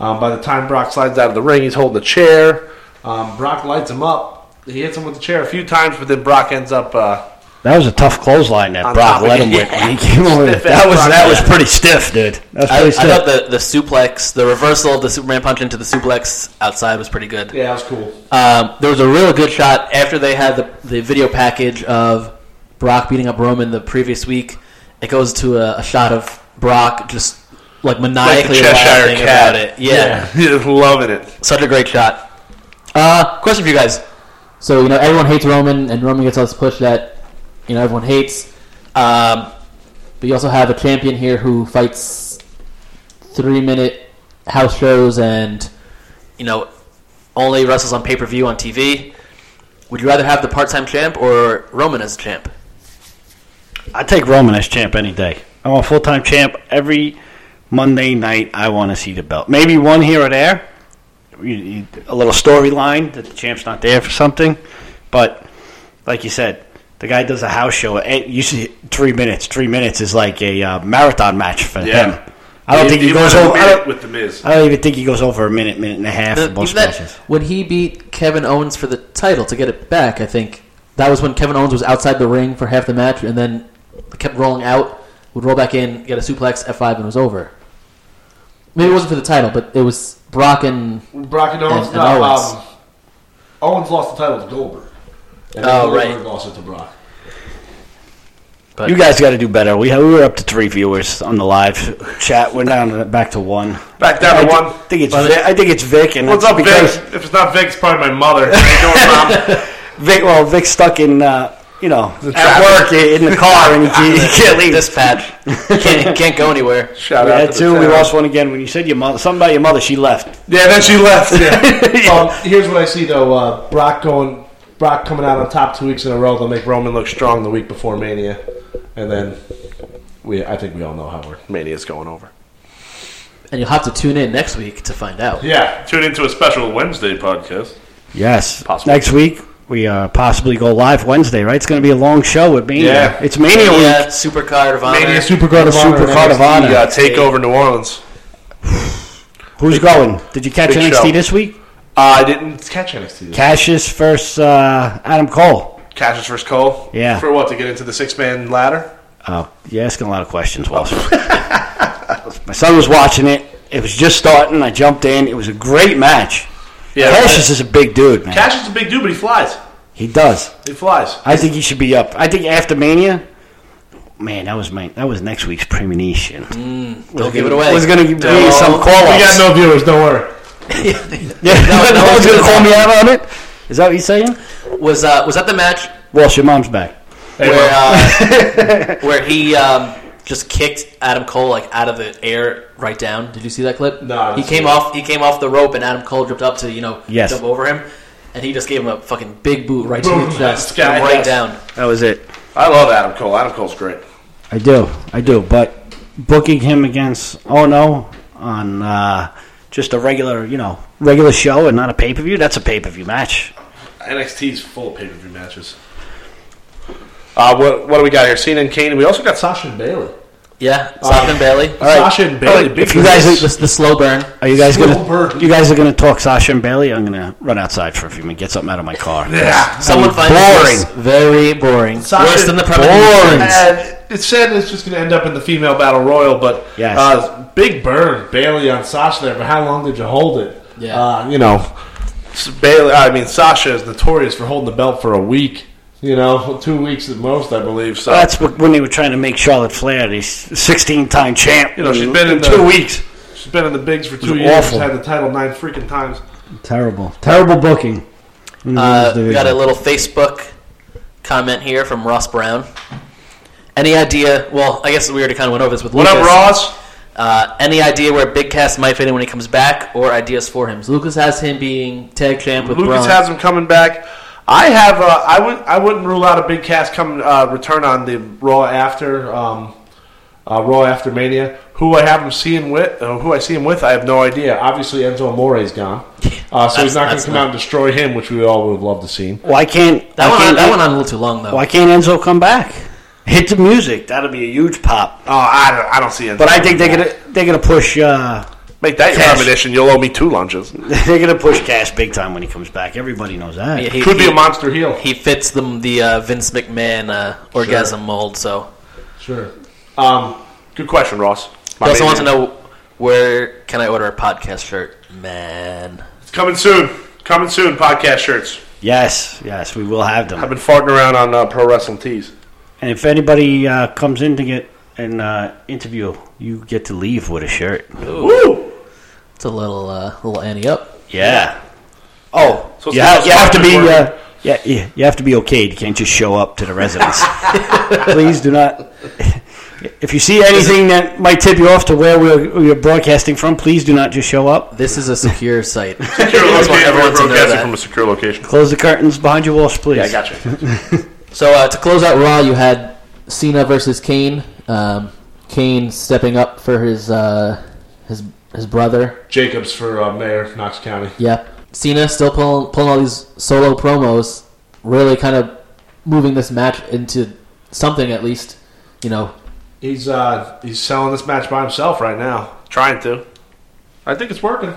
Um, by the time Brock slides out of the ring, he's holding a chair. Um, Brock lights him up. He hits him with the chair a few times, but then Brock ends up. Uh,
That was a tough clothesline that
On
Brock
top of
led
it,
him with.
yeah.
when he came over.
Stiff
That
ass
was
Brock
that was
Lesnar.
pretty stiff, dude. That was
I, I
pretty stiff.
thought the, the suplex, the reversal of the Superman punch into the suplex outside was pretty good.
yeah, that was cool.
Um, there was a real good shot after they had the, the video package of Brock beating up Roman the previous week. It goes to a, a shot of Brock just like maniacally laughing about it. yeah.
yeah, loving it.
Such a great shot. Uh, question for you guys. So you know everyone hates Roman, and Roman gets all this push that you know everyone hates. Um, but you also have a champion here who fights three minute house shows and you know only wrestles on pay per view on TV. Would you rather have the part time champ or Roman as champ?
I take Roman as champ any day. I want full time champ every Monday night. I want to see the belt. Maybe one here or there, You- you- a little storyline that the champ's not there for something. But like you said, the guy does a house show. eh, You see, three minutes. Three minutes is like a uh, marathon match for
Yeah.
him. I don't
He-
think he,
he went
goes
a
over. I
minute
don't,
with the Miz.
I don't even think he goes over a minute, minute and a half
The-
for both
even that-
matches.
when he beat Kevin Owens for the title to get it back, I think that was when Kevin Owens was outside the ring for half the match and then kept rolling out, would roll back in, get a suplex, F5, and it was over. Maybe it wasn't for the title, but it was Brock and.
Brock and Owens.
And- and
no,
Owens.
Um, Owens lost the title to Goldberg. And then
Oh,
Goldberg
right.
lost it to Brock.
But
You guys got to do better. We we were up to three viewers on the live chat. We're down to, back to one.
Back down to
I
one.
thi- think it's Vic, I think it's Vic. And
What's
it's
up, Vic?
because
If it's not Vic, it's probably my mother. How you doing, Mom?
Vic, well, Vic's stuck in uh, you know at
traffic.
work i- in the car and he can't, he can't leave.
dispatch. can't, can't go anywhere.
Shout
Yeah,
out to the
too. We
town.
lost one again when you said your mother. Something about your mother. She left.
Yeah, then she left. Yeah.
Um, here's what I see though: uh, Brock going, Brock coming out on top two weeks in a row. They'll make Roman look strong the week before Mania, and then we. I think we all know how we're.
Mania's going over.
And you'll have to tune in next week to find out.
Yeah,
Tune into a special Wednesday podcast.
Yes.
Possible.
Next week we uh, possibly go live Wednesday. Right? It's going to be a long show with Mania.
Yeah.
It's Mania week.
Yeah, Supercard of Honor.
Mania
Super Guard of Honor.
Super Card of Honor.
You got Uh, Takeover New Orleans.
Who's going? Did you catch
Big
NXT
show.
this week?
Uh, I didn't catch
Catch NXT.
Cassius versus uh, Adam Cole.
Cassius versus Cole.
Yeah.
For what? To get into the six man ladder?
Oh, you're asking a lot of questions, Wells. My son was watching it. It was just starting. I jumped in. It was a great match.
Yeah.
Cassius is a big dude, man.
Cash is a big dude, but he flies.
he does.
He flies.
I think he should be up. I think after Mania, man, that was my that was next week's premonition.
Mm, Don't give it away.
was going to be
Don't-
some call
We
ups.
got no viewers. Don't worry.
yeah,
no,
no
no
one's
one's
going
gonna
to call me out on it. Is that what you're saying?
was uh, was that the match
Walsh, your mom's back.
where uh, where he um, just kicked Adam Cole like out of the air right down. Did you see that clip?
No, I
He
didn't see
came
it.
off he came off the rope and Adam Cole jumped up to, you know,
Yes.
jump over him and he just gave him a fucking big boot right to
Boom.
the chest.
Sky
right
dive.
down.
That was it.
I love Adam Cole. Adam Cole's great.
I do, I do. But booking him against Oh No on uh, just a regular, you know, regular show and not a pay per view. That's a pay per view match.
NXT's full of pay per view matches. Uh, what, what do we got here? Cena and Kane. We also got Sasha and Bailey.
Yeah. Sasha and Bailey.
right.
Sasha and Bailey.
If
big
you guys-
dudes.
The, the slow burn.
Are you guys
Silver.
gonna? You guys are gonna talk Sasha and Bailey. I'm gonna run outside for a few minutes. Get something out of my car.
yeah.
Someone finds
boring.
this very boring.
Sasha-
Worse than the premise.
And
Boring.
Uh, it's sad that it's just going to end up in the female battle royal, but
Yes.
uh, big burn Bailey on Sasha there. But how long did you hold it?
Yeah.
uh, you know, S- Bailey. I mean, Sasha is notorious for holding the belt for a week. You know, two weeks at most, I believe. So
That's what, when they were trying to make Charlotte Flair the 16 time champ.
you know, she's been in the,
two weeks.
She's been in the bigs for two
was
years.
awful.
She's had the title nine freaking times.
Terrible, terrible booking.
Uh, we got a little Facebook comment here from Ross Brown. Any idea? Well, I guess we already kind of went over this with
What
Lucas.
up, Ross?
Uh, any idea where Big Cass might fit in when he comes back, or ideas for him? So Lucas has him being tag champ with
Lucas
Braun.
has him coming back. I have. Uh, I would. I wouldn't rule out a big cast coming uh, return on the Raw after um, uh, Raw after Mania. Who I have him seeing with, uh, who I see him with, I have no idea. Obviously, Enzo Amore's gone, uh,
That's-
so he's not going
that's
to come
not-
out and destroy him, which we all would have loved to see.
Why can't
that
why
one,
can't
that went on a little too long though.
Oh. Why can't Enzo come back? Hit the music. That'll be a huge pop.
Oh, I don't. I don't see Enzo.
But I think they're gonna they're gonna push uh,
make that
Cash.
combination. You'll owe me two lunches.
they're gonna push Cash big time when he comes back. Everybody knows that.
Yeah, he,
Could be
he-
a monster heel.
He fits the the uh, Vince McMahon uh, orgasm mold. So
Sure.
Um, good question, Ross.
he
My
also
man.
wants to know where can I order a podcast shirt, man.
It's coming soon. Coming soon. Podcast shirts.
Yes, yes, we will have them.
I've been farting around on uh, pro wrestling tees.
And if anybody uh, comes in to get an uh, interview, you get to leave with a shirt.
Woo!
It's a little uh, little Annie up.
Yeah. Oh,
So it's
you,
the
ha-
most
you have to be.
popular word.
Uh, yeah, yeah, you have to be okayed. You can't just show up to the residence. Please do not. If you see anything that might tip you off to where we're, we're broadcasting from, please do not just show up.
This is a secure site.
uh,
secure
Just want
location.
everyone
We're
to know
broadcasting
that.
from a secure location.
Close the curtains behind your walls, please.
gotcha.
So uh, to close out Raw, you had Cena versus Kane. Um, Kane stepping up for his uh, his his brother.
Jacobs for uh, mayor, Knox County.
Yep. Cena still pulling pulling all these solo promos, really kind of moving this match into something at least. You know,
He's uh, he's selling this match by himself right now. Trying to. I think it's working.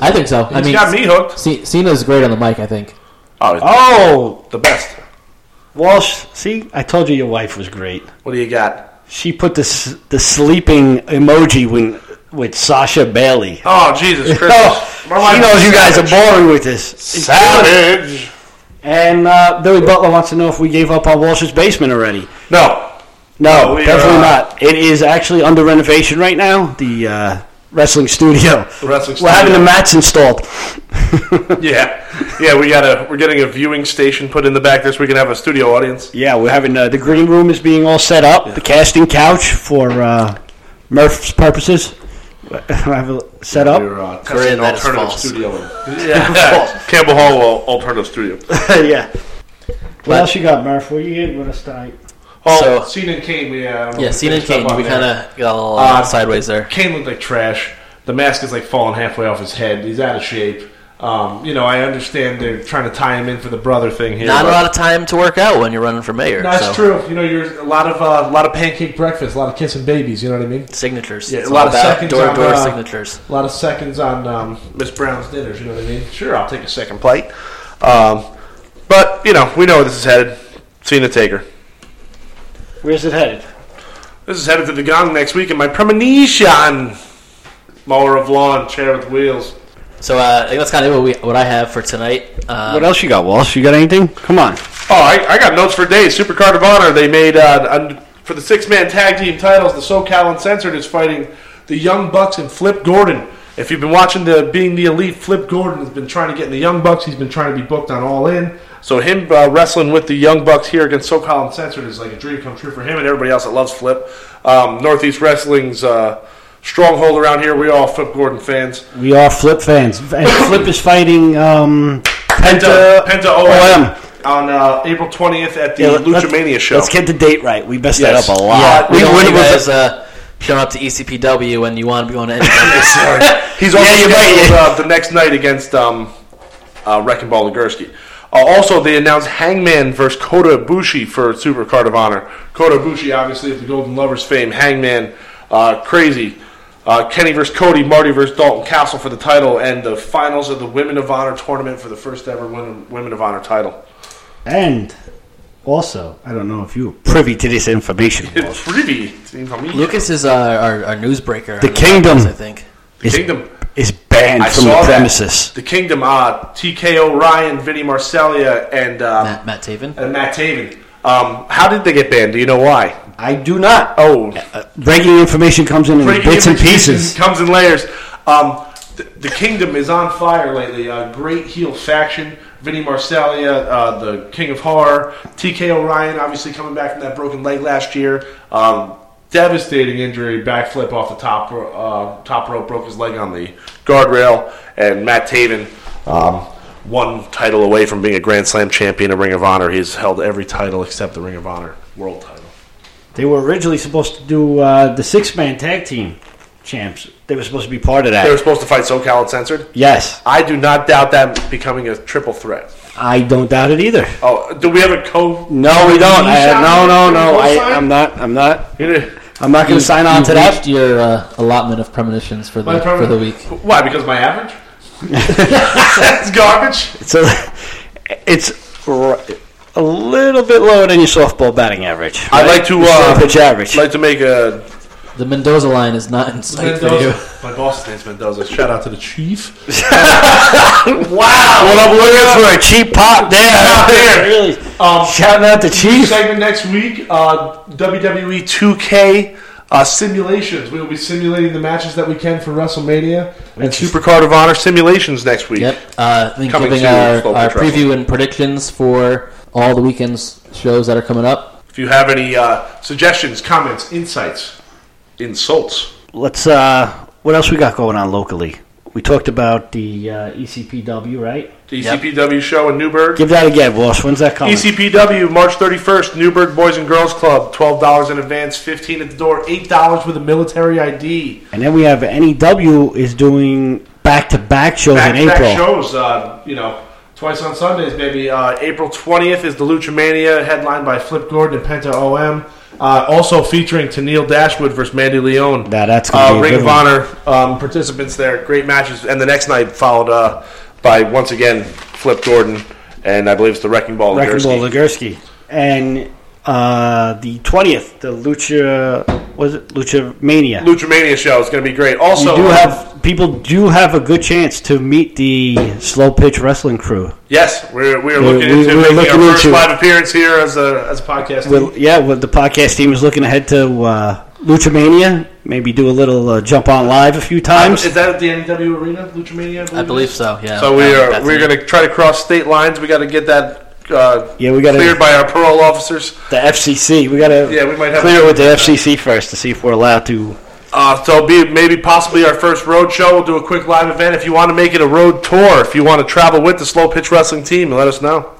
I think so. I
He's
mean,
got me hooked.
C- Cena's great on the mic. I think.
Oh, he's
Oh,
the best.
Walsh. See, I told you your wife was great.
What do you got?
She put the s- the sleeping emoji when with Sasha Bailey. Oh,
Oh, Jesus Christ. My
she
wife
knows
is
you guys are
savage.
boring with this.
Savage.
And uh, Billy Butler wants to know if we gave up on Walsh's basement already.
No.
No,
We uh, are-
definitely not. It is actually under renovation right now. The uh, wrestling studio.
The wrestling
We're having the
studio.
mats installed.
Yeah. Yeah, we got a we're getting a viewing station put in the back this we can have a studio audience.
Yeah, we're having uh, the green room is being all set up. The casting couch for uh, Murph's purposes. I have it set up.
We're uh,
Corinne,
testing
that is
alternative
false.
studio. Yeah. Campbell Hall uh, alternative studio.
yeah. What else you got, Murph? What you getting with us tonight?
Oh,
So-
Cena and Kane, we uh, I don't know
Yeah,
if
Cena and
finished up
Kane.
on
We
there.
kind of got a little
Uh,
sideways there.
Kane looked like trash. The mask is like falling halfway off his head. He's out of shape. Um, you know, I understand they're trying to tie him in for the brother thing here.
Not a
but-
lot of time to work out when you're running for mayor.
That's
so.
true. You know, you're a lot of uh, a lot of pancake breakfast, a lot of kissing babies. You know what I mean?
Signatures.
Yeah,
It's
a
all
lot of
about
seconds
door to
on,
door
uh,
signatures.
A lot of seconds on um, Miss Brown's dinners. You know what I mean? Sure, I'll take a second plate. Um, but you know, we know where this is headed. Cena Taker.
Where's it headed?
This is headed to the gong next week in my premonition. Mower of lawn, chair with wheels.
So uh, I think that's kind of what we what I have for tonight. Uh,
what else you got, Walsh? You got anything? Come on.
Oh, I, I got notes for days. Supercard of Honor. They made uh, un- for the six man tag team titles. The SoCal Uncensored is fighting the Young Bucks and Flip Gordon. If you've been watching the Being the Elite, Flip Gordon has been trying to get in the Young Bucks. He's been trying to be booked on All In. So him uh, wrestling with the Young Bucks here against SoCal Uncensored is like a dream come true for him and everybody else that loves Flip. Um, Northeast Wrestling's uh, stronghold around here. We all Flip Gordon fans.
We are Flip fans. And Flip is fighting um, Penta,
Penta
OM.
OM uh, on uh, April 20th at the
Yeah, let- let's-
Luchamania show.
Let's get the date right. We messed
Yes.
that up a
yeah,
lot.
we
We-
don't
we-
want you
we-
guys uh, showing up to ECPW when you want to be going to NWA.
He's also
you're right,
scheduled, uh, the next night against um, uh, Wrecking Ball Ligursky. Uh, also, they announced Hangman versus Kota Ibushi for Super Card of Honor. Kota Ibushi, obviously, of the Golden Lovers fame. Hangman, uh, crazy. Uh, Kenny versus Cody, Marty versus Dalton Castle for the title, and the finals of the Women of Honor tournament for the first ever Women, Women of Honor title.
and also, I don't know if you were privy to this information.
It's pretty. Seems on me.
Lucas is our, our, our newsbreaker.
The
on
Kingdom.
podcast, I think.
the Kingdom.
is banned
I
from
saw
the
that.
premises.
The Kingdom. Uh, TKO Ryan, Vinny Marcellia, and uh,
Matt, Matt Taven.
and Matt Taven. Um, how did they get banned? Do you know why?
I do not.
Oh,
Uh, Breaking information comes in in bits and pieces.
comes in layers. Um, the, the kingdom is on fire lately. A great heel faction. Vinny Marsalia, uh, the King of Horror. TK O'Ryan, obviously coming back from that broken leg last year. Um, devastating injury, backflip off the top uh, top rope, broke his leg on the guardrail, and Matt Taven. Um, one title away from being a Grand Slam champion of Ring of Honor. He's held every title except the Ring of Honor world title.
They were originally supposed to do uh, the six man tag team champs. They were supposed to be part of
They were
that.
supposed to fight SoCal and Censored.
Yes,
I do not doubt that becoming a triple threat.
I don't doubt it either.
Oh, do we have a co?
No, we don't. I,
Shot?
no, no, no. I,
Co-sign?
I'm not. I'm not.
You know-
I'm not going to sign on
You've
to that.
reached your uh, allotment of premonitions for the for the week.
Why? Because my average. That's garbage.
So it's r- a little bit lower than your softball batting average.
I'd like to
Your
uh,
pitch average.
like to make a.
The Mendoza line is not in sight for you.
My boss's name's Mendoza. Shout out to the chief.
What I'm looking for a cheap pop there.
Out there.
Really.
Um,
Shouting out the Chiefs.
segment next week. Uh, WWE 2K uh, simulations. We will be simulating the matches that we can for WrestleMania and Supercard of Honor simulations next week.
Yep. Uh, I think
Coming
giving
soon,
our,
Slow
our
Pitch Wrestling.
preview and predictions for all the weekend's shows that are coming up.
If you have any uh, suggestions, comments, insights, insults.
Let's. Uh, what else we got going on locally? We talked about the uh, ECPW, right?
The ECPW show in Newburgh.
Give that again, Walsh. When's that
E
coming?
ECPW, March 31st, Newburgh Boys and Girls Club. $12 in advance, 15 at the door, $8 with a military ID.
and then we have NEW is doing back-to-back shows
Back
in
to back
April.
shows, uh, you know, twice on Sundays, maybe. Uh, April 20th is the Lucha Mania, headlined by Flip Gordon and Penta OM. Uh, also featuring Tennille Dashwood versus Mandy Leone.
Now, that's gonna be
uh,
a
Ring
good
of
one.
Honor um, participants there. Great matches. And the next night followed uh, by, once again, Flip Gordon. And I believe it's the Wrecking Ball.
Wrecking Ball
Nagurski.
Ligursky. And uh, the 20th, the Lucha, was it Lucha Mania?
Lucha Mania show is going to be great.
you
Also,
do have, people do have a good chance to meet the Slow Pitch Wrestling crew.
yes, we're, we're
We-
looking
we-
into
we're
making
looking
our first
into-
live appearance here as a as a podcast.
Well, yeah, well, the podcast team is looking ahead to uh, Lucha Mania. Maybe do a little uh, jump on live a few times.
is that at the NW Arena, Lucha Mania? I
I
believe,
believe so. Yeah.
So we
Yeah,
are
that's
we're
it.
going to try to cross state lines. We got to get that uh,
Yeah, we gotta-
cleared by our parole officers.
the FCC. We gotta
Yeah, we might have-
clear it with the FCC first to see if we're allowed to.
Uh, so be maybe possibly our first road show. We'll do a quick live event. If you want to make it a road tour, if you want to travel with the Slow Pitch Wrestling team, let us know.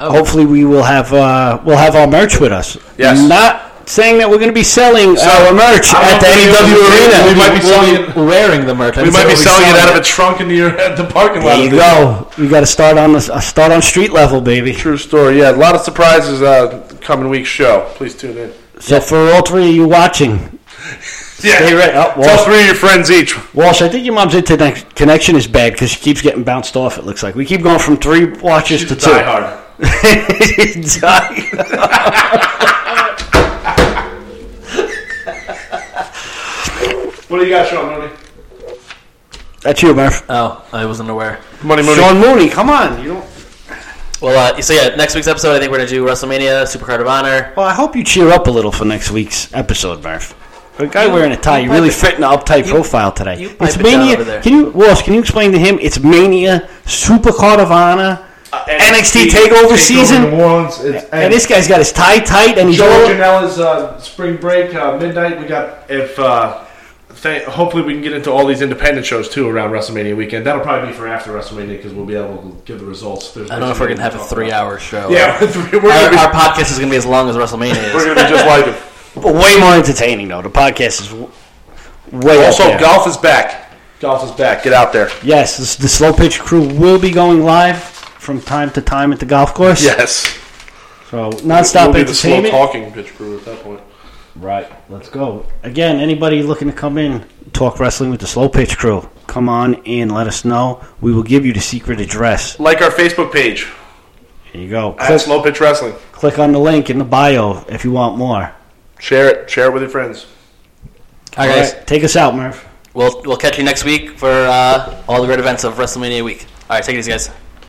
Oh.
Hopefully, we will have uh, we'll have our merch with us.
Yes.
Not saying that we're going to be selling
So,
our merch
I don't
at the
think
AEW
we-
arena.
we might be selling it.
wearing the merch.
We might be selling it out of a trunk in the, at the parking lot.
There you go. We got to start on the uh, start on street level, baby.
True story. Yeah, a lot of surprises uh, coming week's show. Please tune in.
So for all three of you watching, oh,
Yeah,
Stay right up,
Tell
Walsh.
three of your friends each.
Walsh, I think your mom's internet connection is bad because she keeps getting bounced off. It looks like we keep going from three watches to two.
Die hard.
Die.
What do you got, Sean Mooney?
That's you, Murph.
Oh, I wasn't aware.
Money Mooney.
Sean Mooney, come on. You don't.
Well, uh, so yeah, next week's episode, I think we're gonna do WrestleMania, Supercard of Honor.
Well, I hope you cheer up a little for next week's episode, Murph. A guy wearing a tie, you really fit in an uptight profile today.
you pipe
it's
it down
mania.
over there.
Can you, Walsh? Can you explain to him? It's mania, Super Card of Honor, NXT,
NXT
Takeover,
Takeover
season,
New Orleans. It's,
and, this guy's got his tie tight, and he's
Joe
all,
Well-
Janela's uh, spring break uh, midnight.
We got if uh, th- hopefully we can get into all these independent shows too around WrestleMania weekend. That'll probably be for after WrestleMania because we'll be able to give the results. There's
I don't know if we're gonna have a
talk
three-hour show.
about. Yeah, we're
Our,
gonna
our podcast is gonna be as long as WrestleMania
be, we're
is.
gonna be just like it.
but way more entertaining though. The podcast is w- way up
Also,
there.
golf is back. Golf is back. Get out there.
Yes, this, the slow pitch crew will be going live from time to time at the golf course.
Yes.
So nonstop
we'll be the slow
entertainment.
talking pitch crew at that point.
Right. Let's go. Again, anybody looking to come in, talk wrestling with the Slow Pitch crew, come on in, let us know. We will give you the secret address.
Like our Facebook page
There you go.
at
Click,
Slow Pitch Wrestling.
click on the link in the bio if you want more.
Share it. Share it with your friends.
All right, guys.
All right, take us out, Murph.
We'll we'll catch you next week for uh, all the great events of WrestleMania week. All right, take it easy, guys.